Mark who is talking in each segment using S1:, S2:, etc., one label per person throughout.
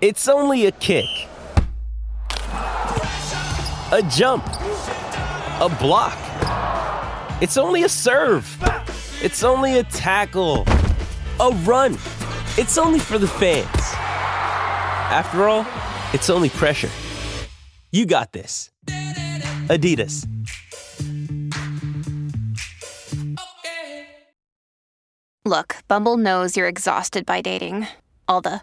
S1: It's only a kick, a jump, a block. It's only a serve. It's only a tackle, a run. It's only for the fans. After all, it's only pressure. You got this. Adidas.
S2: Look, Bumble knows you're exhausted by dating. All the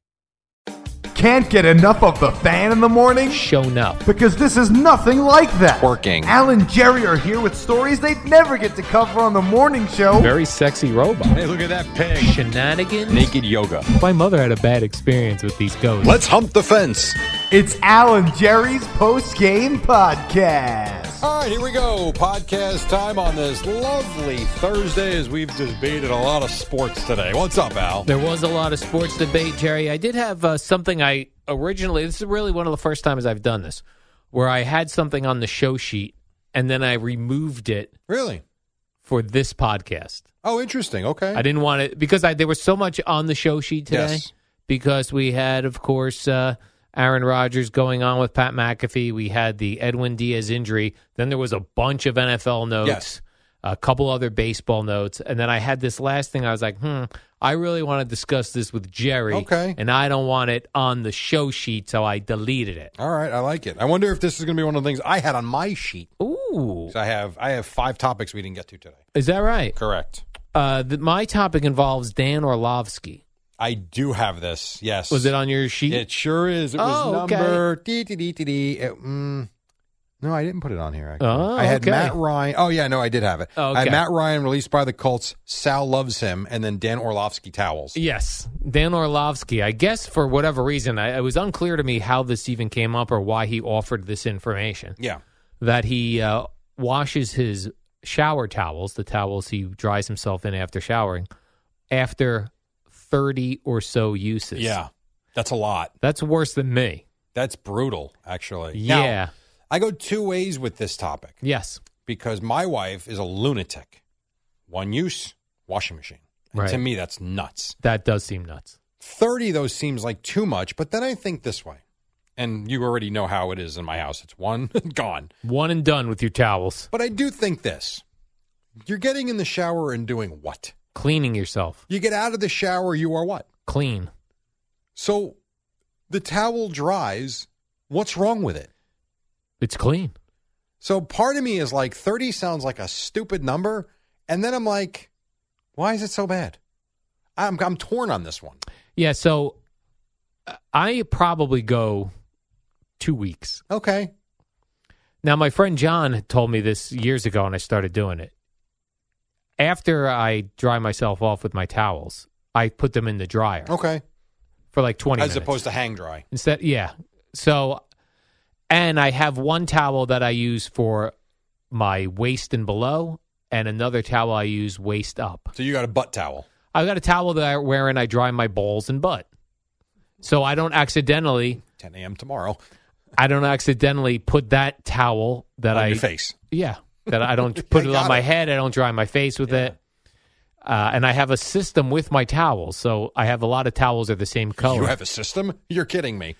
S3: Can't get enough of the fan in the morning?
S4: shown up.
S3: Because this is nothing like that.
S5: Working.
S3: Al and Jerry are here with stories they'd never get to cover on the morning show.
S4: Very sexy robot.
S5: Hey, look at that pig.
S4: Shenanigans.
S5: Naked yoga.
S4: My mother had a bad experience with these ghosts.
S5: Let's hump the fence.
S3: It's Al and Jerry's post game podcast.
S5: All right, here we go. Podcast time on this lovely Thursday as we've debated a lot of sports today. What's up, Al?
S4: There was a lot of sports debate, Jerry. I did have uh, something I originally, this is really one of the first times I've done this, where I had something on the show sheet and then I removed it
S5: Really?
S4: for this podcast.
S5: Oh, interesting. Okay.
S4: I didn't want it because I, there was so much on the show sheet today.
S5: Yes.
S4: Because we had, of course, uh, Aaron Rodgers going on with Pat McAfee. We had the Edwin Diaz injury. Then there was a bunch of NFL notes,
S5: Yes.
S4: a couple other baseball notes, and then I had this last thing. I was like, hmm, I really want to discuss this with Jerry.
S5: Okay.
S4: and I don't want it on the show sheet, so I deleted it.
S5: All right, I like it. I wonder if this is going to be one of the things I had on my sheet.
S4: Ooh,
S5: 'Cause I have I have five topics we didn't get to today.
S4: is that right?
S5: Correct.
S4: Uh, the, my topic involves Dan Orlovsky.
S5: I do have this. Yes.
S4: Was it on your sheet?
S5: It sure is. It was
S4: Oh, okay.
S5: number dee dee dee dee dee. It, mm, no, I didn't put it on here. Actually.
S4: Oh,
S5: I had
S4: okay.
S5: Matt Ryan. Oh yeah, no, I did have it.
S4: Oh,
S5: I had
S4: okay.
S5: Matt Ryan released by the Colts. Sal loves him, and then Dan Orlovsky towels.
S4: Yes, Dan Orlovsky. I guess for whatever reason, I, it was unclear to me how this even came up or why he offered this information
S5: Yeah.
S4: that he uh, washes his shower towels, the towels he dries himself in after showering, after 30 or so uses.
S5: Yeah. That's a lot.
S4: That's worse than me.
S5: That's brutal, actually. Now,
S4: yeah.
S5: I go two ways with this topic
S4: Yes.
S5: because my wife is a lunatic. One use washing machine. And
S4: Right.
S5: To me, that's nuts.
S4: That does seem nuts.
S5: 30 though seems like too much but then i think this way and you already know how it is in my house it's one gone
S4: One and done with your towels.
S5: but i do think this you're getting in the shower and doing what
S4: Cleaning yourself.
S5: you get out of the shower you are what
S4: Clean.
S5: so the towel dries what's wrong with it
S4: It's clean.
S5: so part of me is like 30 sounds like a stupid number and then i'm like why is it so bad i'm, I'm torn on this one
S4: Yeah. So uh, I probably go two weeks.
S5: okay
S4: Now, my friend John had told me this years ago, and I started doing it. After I dry myself off with my towels, I put them in the dryer
S5: okay
S4: for like 20
S5: as
S4: minutes.
S5: opposed to hang dry
S4: Instead, yeah. So, and I have one towel that I use for my waist and below, and another towel I use waist up.
S5: so you got a butt towel
S4: I've got a towel that I wear and I dry my balls and butt. So I don't accidentally,
S5: 10 a.m tomorrow
S4: I don't accidentally put that towel that
S5: on
S4: I
S5: your face
S4: Yeah, that I don't put
S5: I
S4: it
S5: got
S4: on my
S5: it.
S4: head. I don't dry my face with it. Uh, and I have a system with my towels, so I have a lot of towels are the same color.
S5: You have a system? You're kidding me.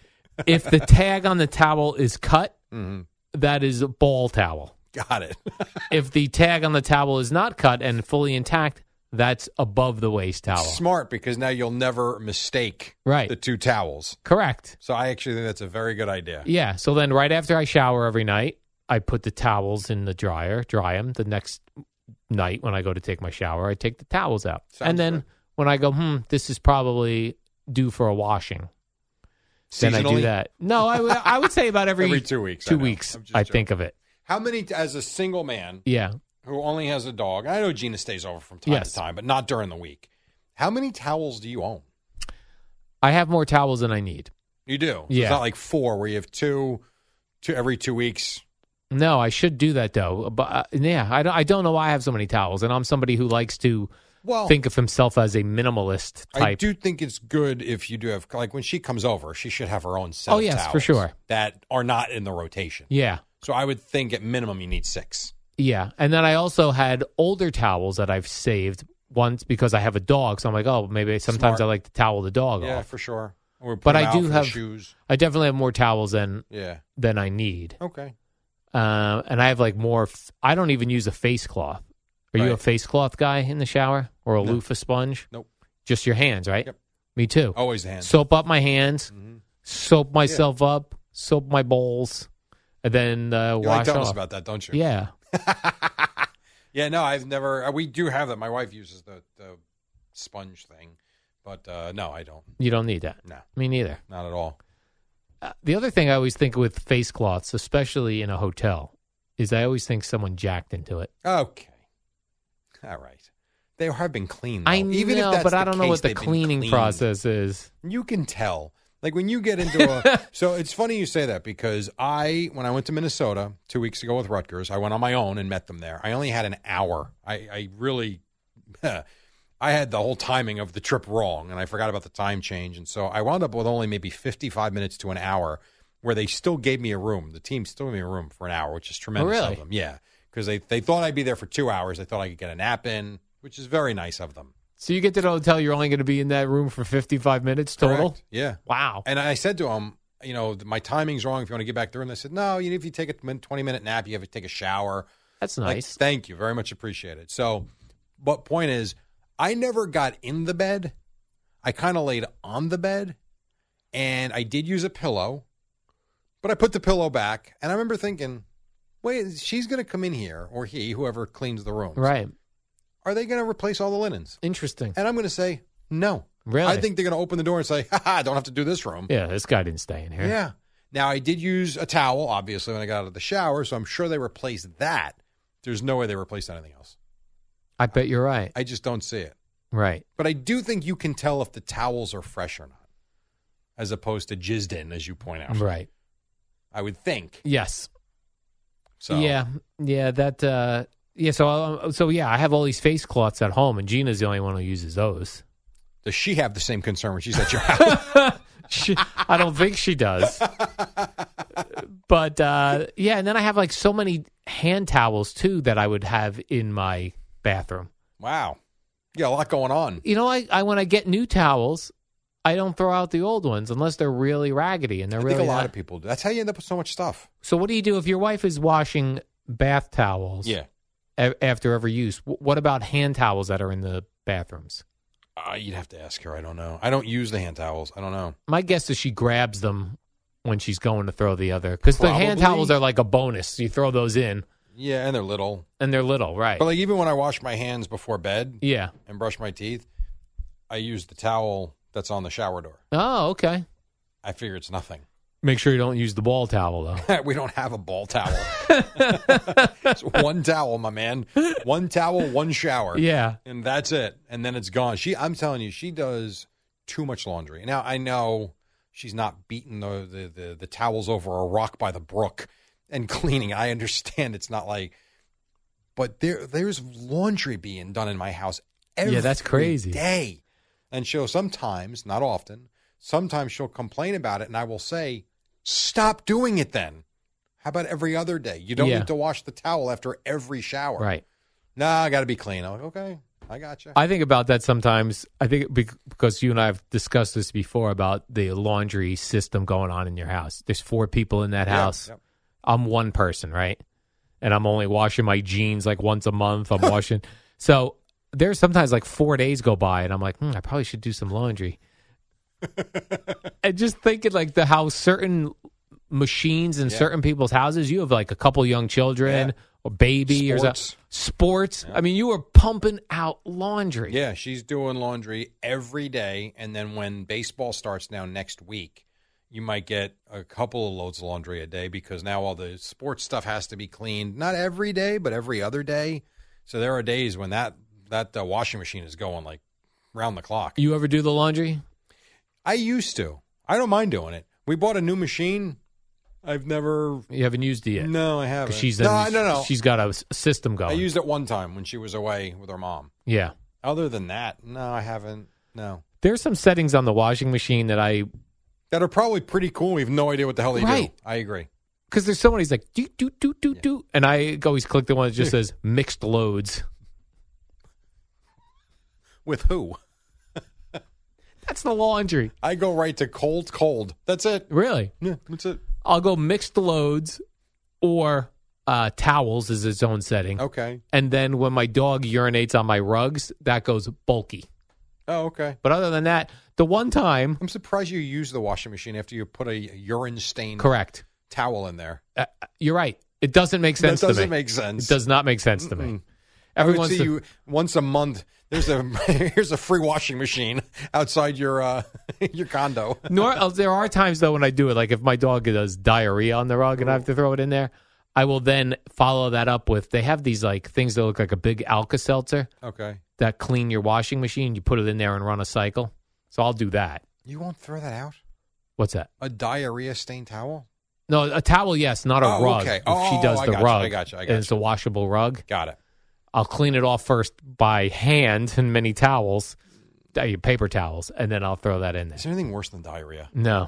S4: if the tag on the towel is cut,
S5: Mm-hmm.
S4: that is a ball towel.
S5: Got it.
S4: If the tag on the towel is not cut and fully intact, that's above the waist towel.
S5: Smart because now you'll never mistake
S4: Right.
S5: the two towels.
S4: Correct.
S5: So I actually think that's a very good idea.
S4: Yeah. So then, right after I shower every night, I put the towels in the dryer, dry them. The next night, when I go to take my shower, I take the towels out.
S5: Sounds
S4: and then
S5: good.
S4: when I go, hmm, this is probably due for a washing, then I do
S5: Seasonally?
S4: that. No, I would- I would say about every,
S5: Every two weeks, I
S4: Two
S5: know.
S4: weeks,
S5: I'm just
S4: I think of it.
S5: How many, as a single man
S4: Yeah.
S5: who only has a dog, I know Gina stays over from time
S4: Yes.
S5: to time, but not during the week. How many towels do you own?
S4: I have more towels than I need.
S5: You do. So
S4: Yeah.
S5: It's not like four where you have two, two every two weeks.
S4: No, I should do that though. But uh, yeah, I don't, I don't know why I have so many towels, and I'm somebody who likes to
S5: Well,
S4: think of himself as a minimalist type.
S5: Oh. I do think it's good if you do have like when she comes over, she should have her own set.
S4: Oh,
S5: of
S4: yes, for
S5: towels
S4: sure.
S5: That are not in the rotation.
S4: Yeah,
S5: So I would think at minimum you need six.
S4: yeah. And then I also had older towels that I've saved once because I have a dog. So I'm like, oh, maybe sometimes
S5: Smart.
S4: I like to towel the dog
S5: Yeah,
S4: off.
S5: for sure. Or put
S4: But
S5: them
S4: I
S5: out
S4: do
S5: for the
S4: have-
S5: shoes.
S4: I definitely have more towels than
S5: Yeah.
S4: than I need.
S5: Okay.
S4: Uh, and I have like more. F- I don't even use a face cloth. Are you a
S5: Right.
S4: face cloth guy in the shower or a
S5: No.
S4: loofah sponge?
S5: Nope.
S4: Just your hands, right?
S5: Yep.
S4: Me too.
S5: Always the hands.
S4: soap up my hands,
S5: Mhm.
S4: soap myself up, soap my bowls, and then uh,
S5: you like
S4: wash
S5: telling
S4: off.
S5: us about that, don't you?
S4: yeah,
S5: Yeah, no, I've never. uh, We do have that. My wife uses the, the sponge thing, but uh, no, I don't.
S4: you don't need that.
S5: No,
S4: Me neither.
S5: not at all.
S4: Uh, the other thing I always think with face cloths, especially in a hotel, is I always think someone jacked into it.
S5: Okay, all right. They have been cleaned.
S4: I
S5: though.
S4: know,
S5: Even if that's
S4: but I
S5: the
S4: don't know what
S5: case,
S4: the
S5: they've been
S4: cleaning
S5: cleaned.
S4: process is.
S5: You can tell. Like when you get into a. so it's funny you say that because I, when I went to Minnesota two weeks ago with Rutgers, I went on my own and met them there. I only had an hour. I, I really. I had the whole timing of the trip wrong and I forgot about the time change. And so I wound up with only maybe 55 minutes to an hour where they still gave me a room. The team still gave me a room for an hour, which is tremendous
S4: really?
S5: of them. Yeah. Because they, they thought I'd be there for two hours. They thought I could get a nap in, which is very nice of them.
S4: So you get to the hotel, you're only going to be in that room for 55 minutes total.
S5: Correct? Yeah.
S4: Wow.
S5: And I said to him, you know, my timing's wrong. If you want to get back there, and they said, no, you if you take a min- twenty minute nap, you have to take a shower.
S4: That's
S5: Like,
S4: nice.
S5: thank you very much, appreciated. So, but point is, I never got in the bed. I kind of laid on the bed, and I did use a pillow, but I put the pillow back, and I remember thinking, wait, she's going to come in here or he, whoever cleans the room,
S4: right.
S5: Are they going to replace all the linens?
S4: Interesting.
S5: And I'm going to say no.
S4: Really?
S5: I think they're going to open the door and say, ha ha, don't have to do this room.
S4: Yeah, this guy didn't stay in here.
S5: Yeah. Now I did use a towel, obviously, when I got out of the shower, so I'm sure they replaced that. There's no way they replaced anything else.
S4: I bet you're right.
S5: I just don't see it.
S4: Right.
S5: But I do think you can tell if the towels are fresh or not, as opposed to jizzed in, as you point out.
S4: Right.
S5: I would think.
S4: Yes.
S5: So
S4: Yeah, yeah, that. Uh, yeah, so uh, so yeah, I have all these face cloths at home, and Gina's the only one who uses those.
S5: does she have the same concern when she's at your house?
S4: She, I don't think she does. But uh, yeah, and then I have like so many hand towels too that I would have in my bathroom.
S5: wow. You got a lot going on.
S4: You know, I, I when I get new towels, I don't throw out the old ones unless they're really raggedy and they're
S5: I
S4: really.
S5: think a lot
S4: not-
S5: of people do. That's how you end up with so much stuff.
S4: So what do you do if your wife is washing bath towels? a- after every use, W- what about hand towels that are in the bathrooms?
S5: Uh, you'd have to ask her. I don't know. I don't use the hand towels. I don't know.
S4: my guess is she grabs them when she's going to throw the other because the hand
S5: Probably.
S4: towels are like a bonus. You throw those in
S5: Yeah, and they're little.
S4: and they're little, right?
S5: But like even when I wash my hands before bed,
S4: yeah.
S5: and brush my teeth, I use the towel that's on the shower door.
S4: Oh, okay.
S5: I figure it's nothing.
S4: Make sure you don't use the ball towel though.
S5: we don't have a ball towel. it's one towel, my man. One towel, one shower.
S4: yeah.
S5: And that's it. And then it's gone. She I'm telling you, she does too much laundry. Now I know she's not beating the the, the, the towels over a rock by the brook and cleaning. I understand it's not like but there there's laundry being done in my house every
S4: Yeah, that's crazy.
S5: day. And she'll sometimes, not often, sometimes she'll complain about it and I will say, Stop doing it then. How about every other day? You don't
S4: Yeah.
S5: need to wash the towel after every shower.
S4: Right.
S5: Nah, I got to be clean. I'm like, okay, I got you.
S4: I think about that sometimes. I think bec- because you and I have discussed this before about the laundry system going on in your house. There's four people in that house. I'm one person, right? And I'm only washing my jeans like once a month. I'm washing. So there's sometimes like four days go by, and I'm like, hmm, I probably should do some laundry. and just thinking like the how certain machines in
S5: Yeah.
S4: certain people's houses, you have like a couple young children
S5: Yeah.
S4: or baby or
S5: Sports.
S4: something. Sports. I mean, you were pumping out laundry.
S5: Yeah, she's doing laundry every day, and then when baseball starts now next week, you might get a couple of loads of laundry a day because now all the sports stuff has to be cleaned. Not every day, but every other day. So there are days when that that uh, washing machine is going like round the clock.
S4: You ever do the laundry?
S5: I used to. I don't mind doing it. We bought a new machine. I've never.
S4: You haven't used it yet.
S5: No, I haven't.
S4: 'Cause she's
S5: no, no, no.
S4: She's got a s- system going.
S5: I used it one time when she was away with her mom.
S4: yeah.
S5: Other than that, no, I haven't. No,
S4: There's some settings on the washing machine that I
S5: that are probably pretty cool. We have no idea what the hell they
S4: Right.
S5: do. I agree.
S4: because there's someone who's like do do do do do, and I always click the one that just says mixed loads.
S5: With who?
S4: That's the laundry.
S5: I go right to cold, cold. That's it.
S4: Really?
S5: Yeah, that's it.
S4: I'll go mixed loads or uh, towels is its own setting,
S5: Okay.
S4: and then when my dog urinates on my rugs, that goes bulky.
S5: Oh, okay.
S4: But other than that, the one time,
S5: I'm surprised you use the washing machine after you put a urine stained
S4: correct.
S5: towel in there.
S4: Uh, uh, you're right. It doesn't make sense
S5: that
S4: to me.
S5: doesn't make sense.
S4: It does not make sense to me.
S5: I would
S4: Everyone's
S5: see
S4: the-
S5: you once a month. There's a here's a free washing machine outside your uh, your condo.
S4: Nor uh, there are times though when I do it, like if my dog does diarrhea on the rug and I have to throw it in there, I will then follow that up with they have these like things that look like a big Alka Seltzer
S5: Okay.
S4: that clean your washing machine. You put it in there and run a cycle. So I'll do that.
S5: You won't throw that out?
S4: What's that?
S5: A diarrhea stained towel?
S4: No, a towel, yes, not a
S5: Oh,
S4: rug.
S5: okay.
S4: If
S5: Oh,
S4: she does
S5: I
S4: the
S5: gotcha, I
S4: rug,
S5: gotcha, I
S4: and it's a washable rug.
S5: Got it.
S4: I'll clean it off first by hand in many towels, uh, paper towels, and then I'll throw that in there.
S5: Is there anything worse than diarrhea?
S4: No.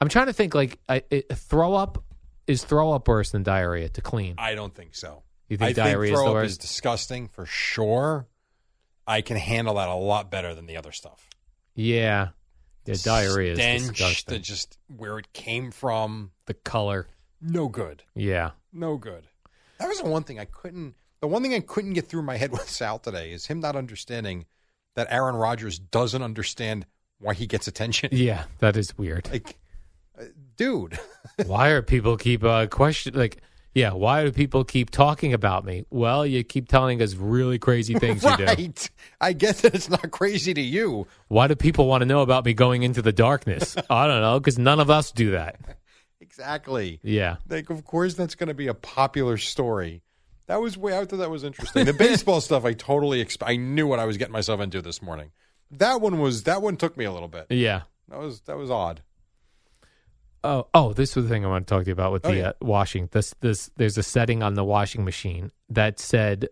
S4: I'm trying to think. Like, I, it, throw up is throw up worse than diarrhea to clean?
S5: I don't think so.
S4: You think
S5: I
S4: diarrhea is
S5: think throw
S4: the
S5: up
S4: worst?
S5: is disgusting for sure. I can handle that a lot better than the other stuff.
S4: yeah, yeah. Diarrhea is
S5: Stench,
S4: disgusting.
S5: The, just where it came from.
S4: The color.
S5: No good.
S4: Yeah.
S5: No good. That was the one thing I couldn't. The one thing I couldn't get through my head with Sal today is him not understanding that Aaron Rodgers doesn't understand why he gets attention.
S4: Yeah, that is weird.
S5: Like, uh, dude,
S4: why are people keep uh, question like? Yeah, why do people keep talking about me? Well, you keep telling us really crazy things you do.
S5: right? I get that it's not crazy to you.
S4: Why do people want to know about me going into the darkness? I don't know, because none of us do that.
S5: Exactly.
S4: Yeah.
S5: Like, of course, that's going to be a popular story. That was way. I thought that was interesting. The baseball stuff, I totally. Exp- I knew what I was getting myself into this morning. That one was. That one took me a little bit.
S4: Yeah.
S5: That was. That was odd.
S4: Oh, oh, this was the thing I want to talk to you about with
S5: Oh,
S4: the
S5: yeah.
S4: uh, washing. This, this, there's a setting on the washing machine that said,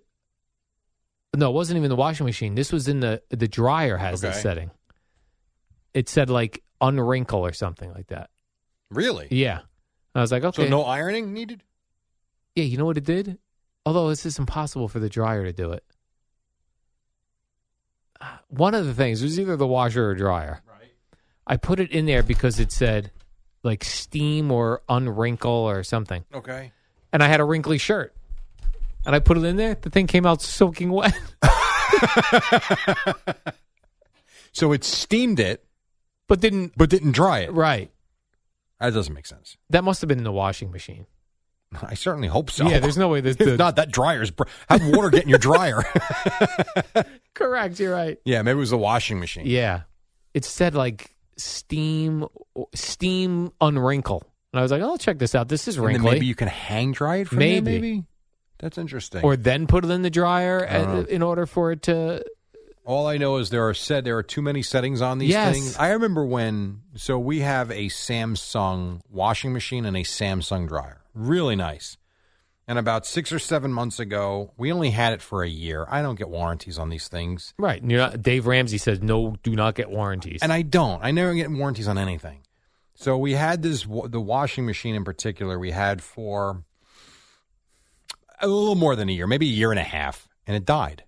S4: no, it wasn't even the washing machine. This was in the the dryer has
S5: Okay.
S4: this setting. It said like unwrinkle or something like that.
S5: Really.
S4: Yeah, I was like, okay,
S5: So no ironing needed.
S4: yeah, you know what it did? Although this is impossible for the dryer to do it. Uh, One of the things it was either the washer or dryer. Right. I put it in there because it said like steam or unwrinkle or something.
S5: Okay.
S4: and I had a wrinkly shirt. And I put it in there. The thing came out soaking wet.
S5: So it steamed it,
S4: but didn't.
S5: but didn't dry it.
S4: Right.
S5: That doesn't make sense.
S4: That must have been in the washing machine.
S5: I certainly hope so.
S4: Yeah, there's no way this. The,
S5: if not, that dryer's. Br- How'd water get in your dryer?
S4: correct. You're right.
S5: yeah, maybe it was the washing machine.
S4: Yeah. It said like steam, steam unwrinkle. And I was like, "Oh, I'll check this out. This is
S5: And then
S4: wrinkly.
S5: maybe you can hang dry it from there,
S4: Maybe.
S5: maybe? That's interesting.
S4: or then put it in the dryer
S5: I don't
S4: uh, in order for it to.
S5: All I know is there are said there are too many settings on these
S4: Yes.
S5: things. I remember when so we have a Samsung washing machine and a Samsung dryer. Really nice. And about 6 or 7 months ago, we only had it for a year. I don't get warranties on these things.
S4: Right. And You're not, Dave Ramsey says, no, do not get warranties.
S5: And I don't. I never get warranties on anything. So we had this wa- the washing machine in particular we had for a little more than a year, maybe a year and a half, and it died.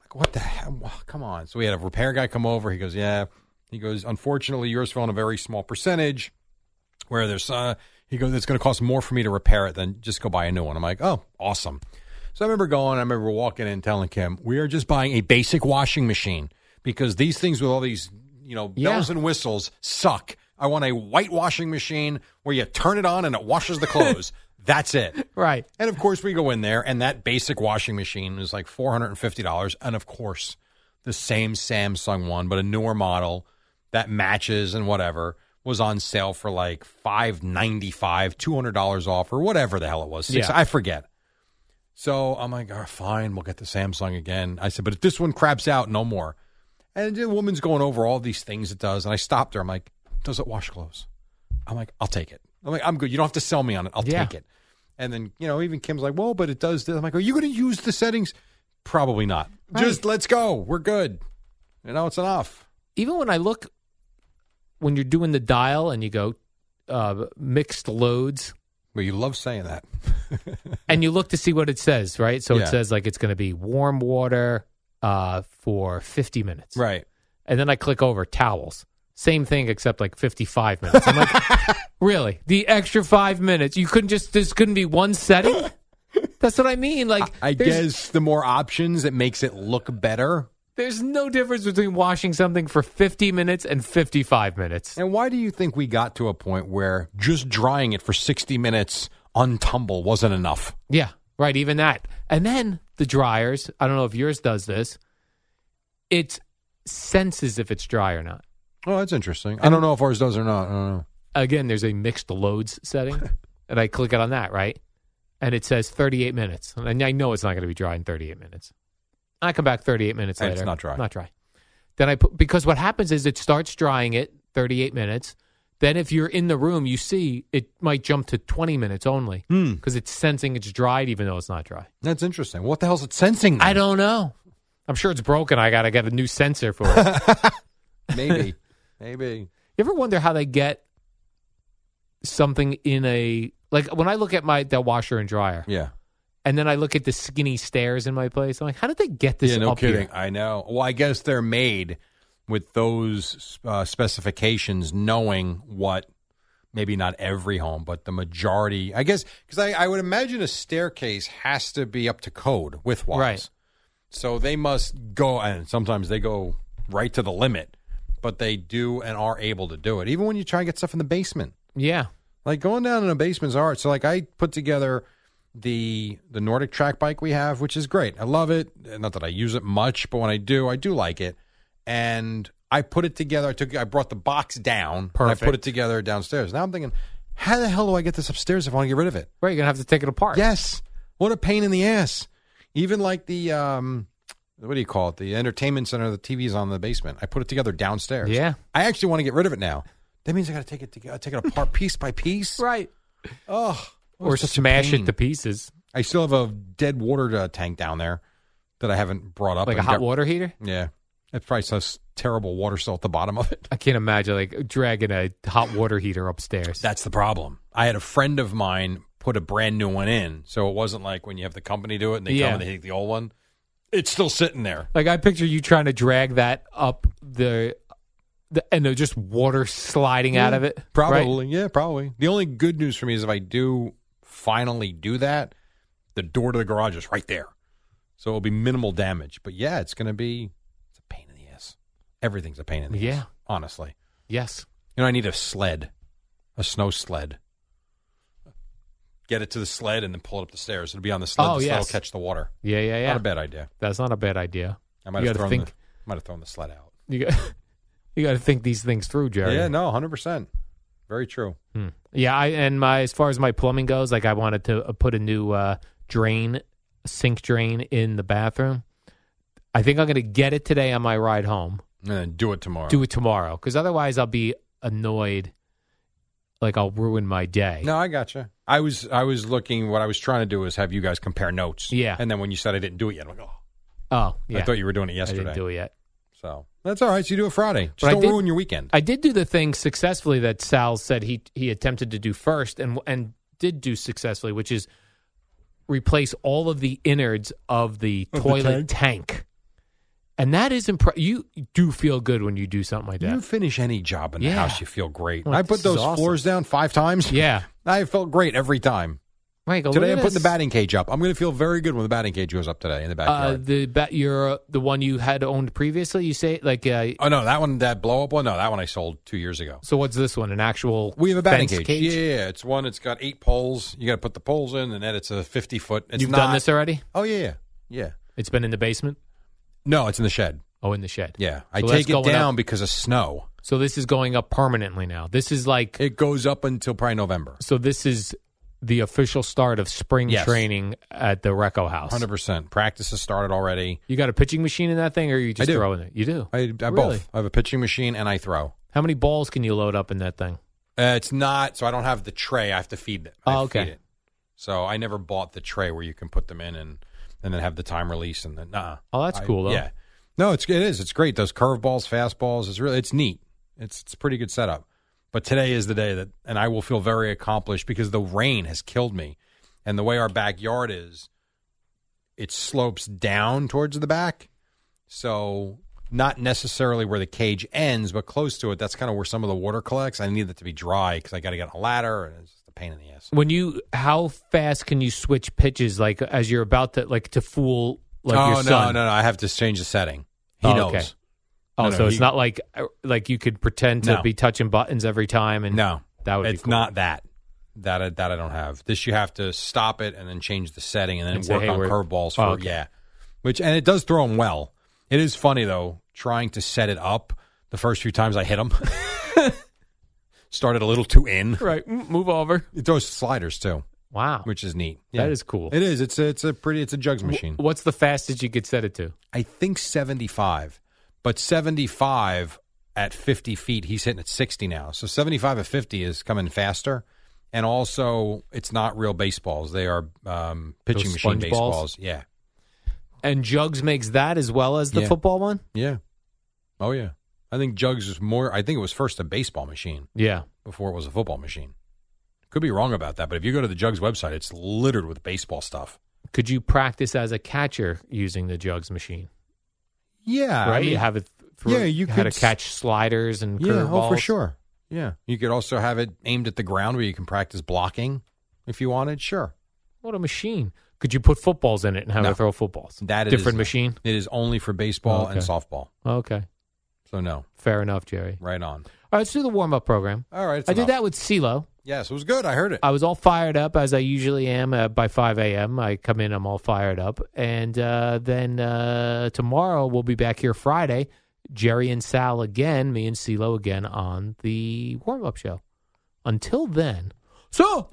S5: Like what the hell? Wow, Come on. So we had a repair guy come over. He goes, "Yeah." He goes, "Unfortunately, yours fell in a very small percentage where there's uh he goes, "It's going to cost more for me to repair it than just go buy a new one." I'm like, "Oh, awesome." So I remember going, I remember walking in and telling Kim, we are just buying a basic washing machine because these things with all these you know,
S4: Yeah.
S5: bells and whistles suck. I want a white washing machine where you turn it on and it washes the clothes. That's it.
S4: Right.
S5: And of course, we go in there, and that basic washing machine is like four hundred and fifty dollars. And of course, the same Samsung one, but a newer model that matches and whatever was on sale for like five ninety five, two hundred dollars off, or whatever the hell it was. Six,
S4: Yeah.
S5: I forget. So I'm like, oh, fine, we'll get the Samsung again. I said, but if this one craps out, no more. And the woman's going over all these things it does, and I stopped her. I'm like, does it wash clothes? I'm like, I'll take it. I'm like, I'm good. You don't have to sell me on it. I'll
S4: Yeah.
S5: take it. And then, you know, even Kim's like, well, but it does this. I'm like, are you going to use the settings? Probably not. Just let's go. We're good. You know, it's enough.
S4: Even when I look, when you're doing the dial and you go uh, mixed loads,
S5: Well, you love saying that.
S4: and you look to see what it says, right? So
S5: Yeah.
S4: it says like it's going to be warm water uh, for 50 minutes.
S5: Right.
S4: And then I click over towels. Same thing except like 55 minutes. I'm like, really? The extra 5 minutes. You couldn't just this couldn't be one setting? That's what I mean. Like
S5: I
S4: there's,
S5: guess the more options, it makes it look better.
S4: there's no difference between washing something for 50 minutes and 55 minutes.
S5: And why do you think we got to a point where just drying it for 60 minutes on tumble wasn't enough?
S4: Yeah, right, even that. And then the dryers, I don't know if yours does this. It senses if it's dry or not.
S5: Oh, that's interesting. I don't know if ours does or not. I don't know.
S4: again, there's a mixed loads setting, and I click it on that, right? And it says 38 minutes, and I know it's not going to be dry in 38 minutes. I come back 38 minutes
S5: And
S4: later.
S5: it's not dry.
S4: Not dry. Then I put because what happens is it starts drying it 38 minutes. Then if you're in the room, you see it might jump to 20 minutes only
S5: Hmm.
S4: because it's sensing it's dried even though it's not dry.
S5: That's interesting. What the hell's it sensing?
S4: I don't know. I'm sure it's broken. I got to get a new sensor for it.
S5: Maybe. Maybe.
S4: You ever wonder how they get something in a like when I look at my that washer and dryer,
S5: Yeah.
S4: and then I look at the skinny stairs in my place. I'm like, how did they get this
S5: yeah, no
S4: up
S5: kidding.
S4: here?
S5: I know. Well, I guess they're made with those uh, specifications, knowing what maybe not every home, but the majority. I guess because I, I would imagine a staircase has to be up to code width wise.
S4: Right.
S5: So they must go, and sometimes they go right to the limit, but they do and are able to do it. Even when you try and get stuff in the basement,
S4: Yeah,
S5: like going down in a basement's art. So like I put together the the Nordic track bike we have, which is great. I love it. Not that I use it much, but when I do, I do like it. And I put it together. I took I brought the box down. And I put
S4: Perfect.
S5: it together downstairs. Now I'm thinking, how the hell do I get this upstairs if I want to get rid of it?
S4: right. You're gonna have to take it apart.
S5: Yes. What a pain in the ass. Even like the um what do you call it? The entertainment center, the TV's on the basement. I put it together downstairs.
S4: Yeah.
S5: I actually want to get rid of it now. That means I got to take it together, take it apart piece by piece.
S4: right.
S5: Oh,
S4: Or smash it to pieces
S5: I still have a dead water uh, tank down there that I haven't brought up.
S4: like a
S5: and
S4: hot
S5: got-
S4: water heater.
S5: Yeah, it probably says terrible water still at the bottom of it.
S4: I can't imagine like dragging a hot water heater upstairs.
S5: That's the problem. I had a friend of mine put a brand new one in, so it wasn't like when you have the company do it and they
S4: Yeah.
S5: come and they take the old one. It's still sitting there.
S4: like I picture you trying to drag that up the, the and there's just water sliding out of it. right?
S5: Probably, yeah, probably. The only good news for me is if I do finally do that, the door to the garage is right there, so it'll be minimal damage. But yeah, it's gonna be it's a pain in the ass. Everything's a pain in the
S4: Yeah.
S5: ass. Honestly,
S4: Yes.
S5: you know, I need a sled, a snow sled. Get it to the sled and then pull it up the stairs. It'll be on the sled.
S4: Oh,
S5: the sled will
S4: yes.
S5: catch the water.
S4: Yeah. Yeah. Yeah.
S5: Not a bad idea.
S4: That's not a bad idea.
S5: I might
S4: You
S5: have
S4: gotta
S5: thrown
S4: think.
S5: the might have thrown the sled out.
S4: You got you got to think these things through, Jerry.
S5: Yeah, no, hundred percent. Very true.
S4: Hmm. Yeah, I and my as far as my plumbing goes, like I wanted to uh, put a new uh, drain, sink drain in the bathroom. I think I'm going to get it today on my ride home.
S5: And then do it tomorrow.
S4: Do it tomorrow, because otherwise I'll be annoyed. Like I'll ruin my day.
S5: No, I gotcha. I was I was looking. What I was trying to do is have you guys compare notes.
S4: Yeah.
S5: And then when you said I didn't do it yet, I'm like, oh,
S4: Oh, yeah.
S5: I thought you were doing it
S4: I
S5: yesterday.
S4: didn't do it yet.
S5: So that's all right. So you do it Friday. Just
S4: But I
S5: don't
S4: did-
S5: ruin your weekend.
S4: I did do the thing successfully that Sal said he he attempted to do first and and did do successfully, which is replace all of the innards of the
S5: Of the
S4: toilet tank. And that is impre- you do feel good when you do something like that.
S5: You finish any job in the
S4: Yeah.
S5: house, you feel great.
S4: Like,
S5: I put
S4: this is
S5: those
S4: awesome.
S5: floors down five times.
S4: yeah.
S5: I felt great every time.
S4: Right. Go,
S5: Today
S4: look
S5: I'm
S4: at
S5: putting the
S4: this.
S5: batting cage up. I'm going to feel very good when the batting cage goes up today in the
S4: Uh,
S5: backyard.
S4: the bat, your uh, the one you had owned previously. You say like, uh,
S5: oh no, that one, that blow up one. No, that one I sold two years ago.
S4: so what's this one? An actual
S5: We have a batting
S4: fenced
S5: cage. Yeah, yeah, yeah. it's one. It's got eight poles. You got to put the poles in, and then it's a fifty foot. It's
S4: You've
S5: not,
S4: done this already.
S5: Oh yeah, yeah, yeah.
S4: It's been in the basement.
S5: No, it's in the shed.
S4: Oh, in the shed.
S5: Yeah, I
S4: So that's
S5: take it
S4: going up-
S5: down because of snow.
S4: So this is going up permanently now. This is like
S5: It goes up until probably November.
S4: so. This is the official start of spring
S5: Yes.
S4: training at the Recco House.
S5: Hundred percent. Practice has started already.
S4: You got a pitching machine in that thing, or are you just
S5: do.
S4: throwing it? You do.
S5: I, I
S4: Really?
S5: both. I have a pitching machine and I throw.
S4: How many balls can you load up in that thing?
S5: Uh, it's not so I don't have the tray. I have to feed them. I
S4: Oh, okay.
S5: feed it. So I never bought the tray where you can put them in and and then have the time release and then nah.
S4: Oh, that's
S5: I-
S4: cool though.
S5: Yeah. No, it's it is. It's great. Those curveballs, fastballs. It's really it's neat. It's it's a pretty good setup. But today is the day that and I will feel very accomplished because the rain has killed me. And the way our backyard is, it slopes down towards the back. So not necessarily where the cage ends, but close to it. That's kind of where some of the water collects. I need it to be dry because I got to get a ladder, and it's just a pain in the ass.
S4: When you, how fast can you switch pitches? Like as you're about to, like to fool, like
S5: oh
S4: your
S5: no,
S4: son.
S5: no, no! I have to change the setting. He
S4: Oh,
S5: knows.
S4: okay. Oh,
S5: No, no,
S4: so it's
S5: he-
S4: not like like you could pretend to
S5: No.
S4: be touching buttons every time, and
S5: No,
S4: that would
S5: it's
S4: be cool.
S5: not that. That I, that I don't have. This you have to stop it and then change the setting and then
S4: And say,
S5: work
S4: "Hey,
S5: on
S4: we're-"
S5: curveballs for
S4: Oh, okay.
S5: yeah, which and it does throw them well. It is funny though trying to set it up. The first few times I hit them, started a little too in.
S4: right. mm, Move over.
S5: It throws sliders too,
S4: Wow,
S5: which is neat.
S4: That is cool.
S5: It is. It's a, it's a pretty. It's a jugs machine.
S4: W- What's the fastest you could set it to?
S5: I think seventy five, but seventy five at fifty feet. He's hitting at sixty now. So seventy five at fifty is coming faster. And also, it's not real baseballs. They are um, pitching
S4: Those
S5: machine
S4: sponge balls?
S5: baseballs. Yeah,
S4: And Jugs makes that as well as the
S5: Yeah.
S4: football one.
S5: yeah, oh yeah. I think Jugs was more. I think it was first a baseball machine
S4: Yeah.
S5: before it was a football machine. Could be wrong about that, but if you go to the Jugs website, it's littered with baseball stuff.
S4: Could you practice as a catcher using the Jugs machine?
S5: Yeah, Uh, I
S4: Right.
S5: mean-
S4: you have it. Through,
S5: Yeah, you
S4: how
S5: could
S4: to
S5: s-
S4: catch sliders and
S5: yeah, oh for
S4: curveballs.
S5: sure. Yeah, you could also have it aimed at the ground where you can practice blocking if you wanted. Sure,
S4: What a machine! Could you put footballs in it and have
S5: No.
S4: it throw footballs?
S5: That it
S4: different
S5: is-
S4: machine.
S5: it is only for baseball
S4: Oh,
S5: and
S4: okay.
S5: softball.
S4: Okay,
S5: So no,
S4: fair enough, Jerry.
S5: right on.
S4: All right, let's do the warm up program.
S5: All right, it's
S4: I did
S5: enough.
S4: that with CeeLo.
S5: Yes, it was good. I heard it.
S4: I was all fired up as I usually am uh, by 5 a.m. I come in, I'm all fired up. And uh, then uh, tomorrow we'll be back here Friday. Jerry and Sal again, me and CeeLo again on the warm up show. Until then, so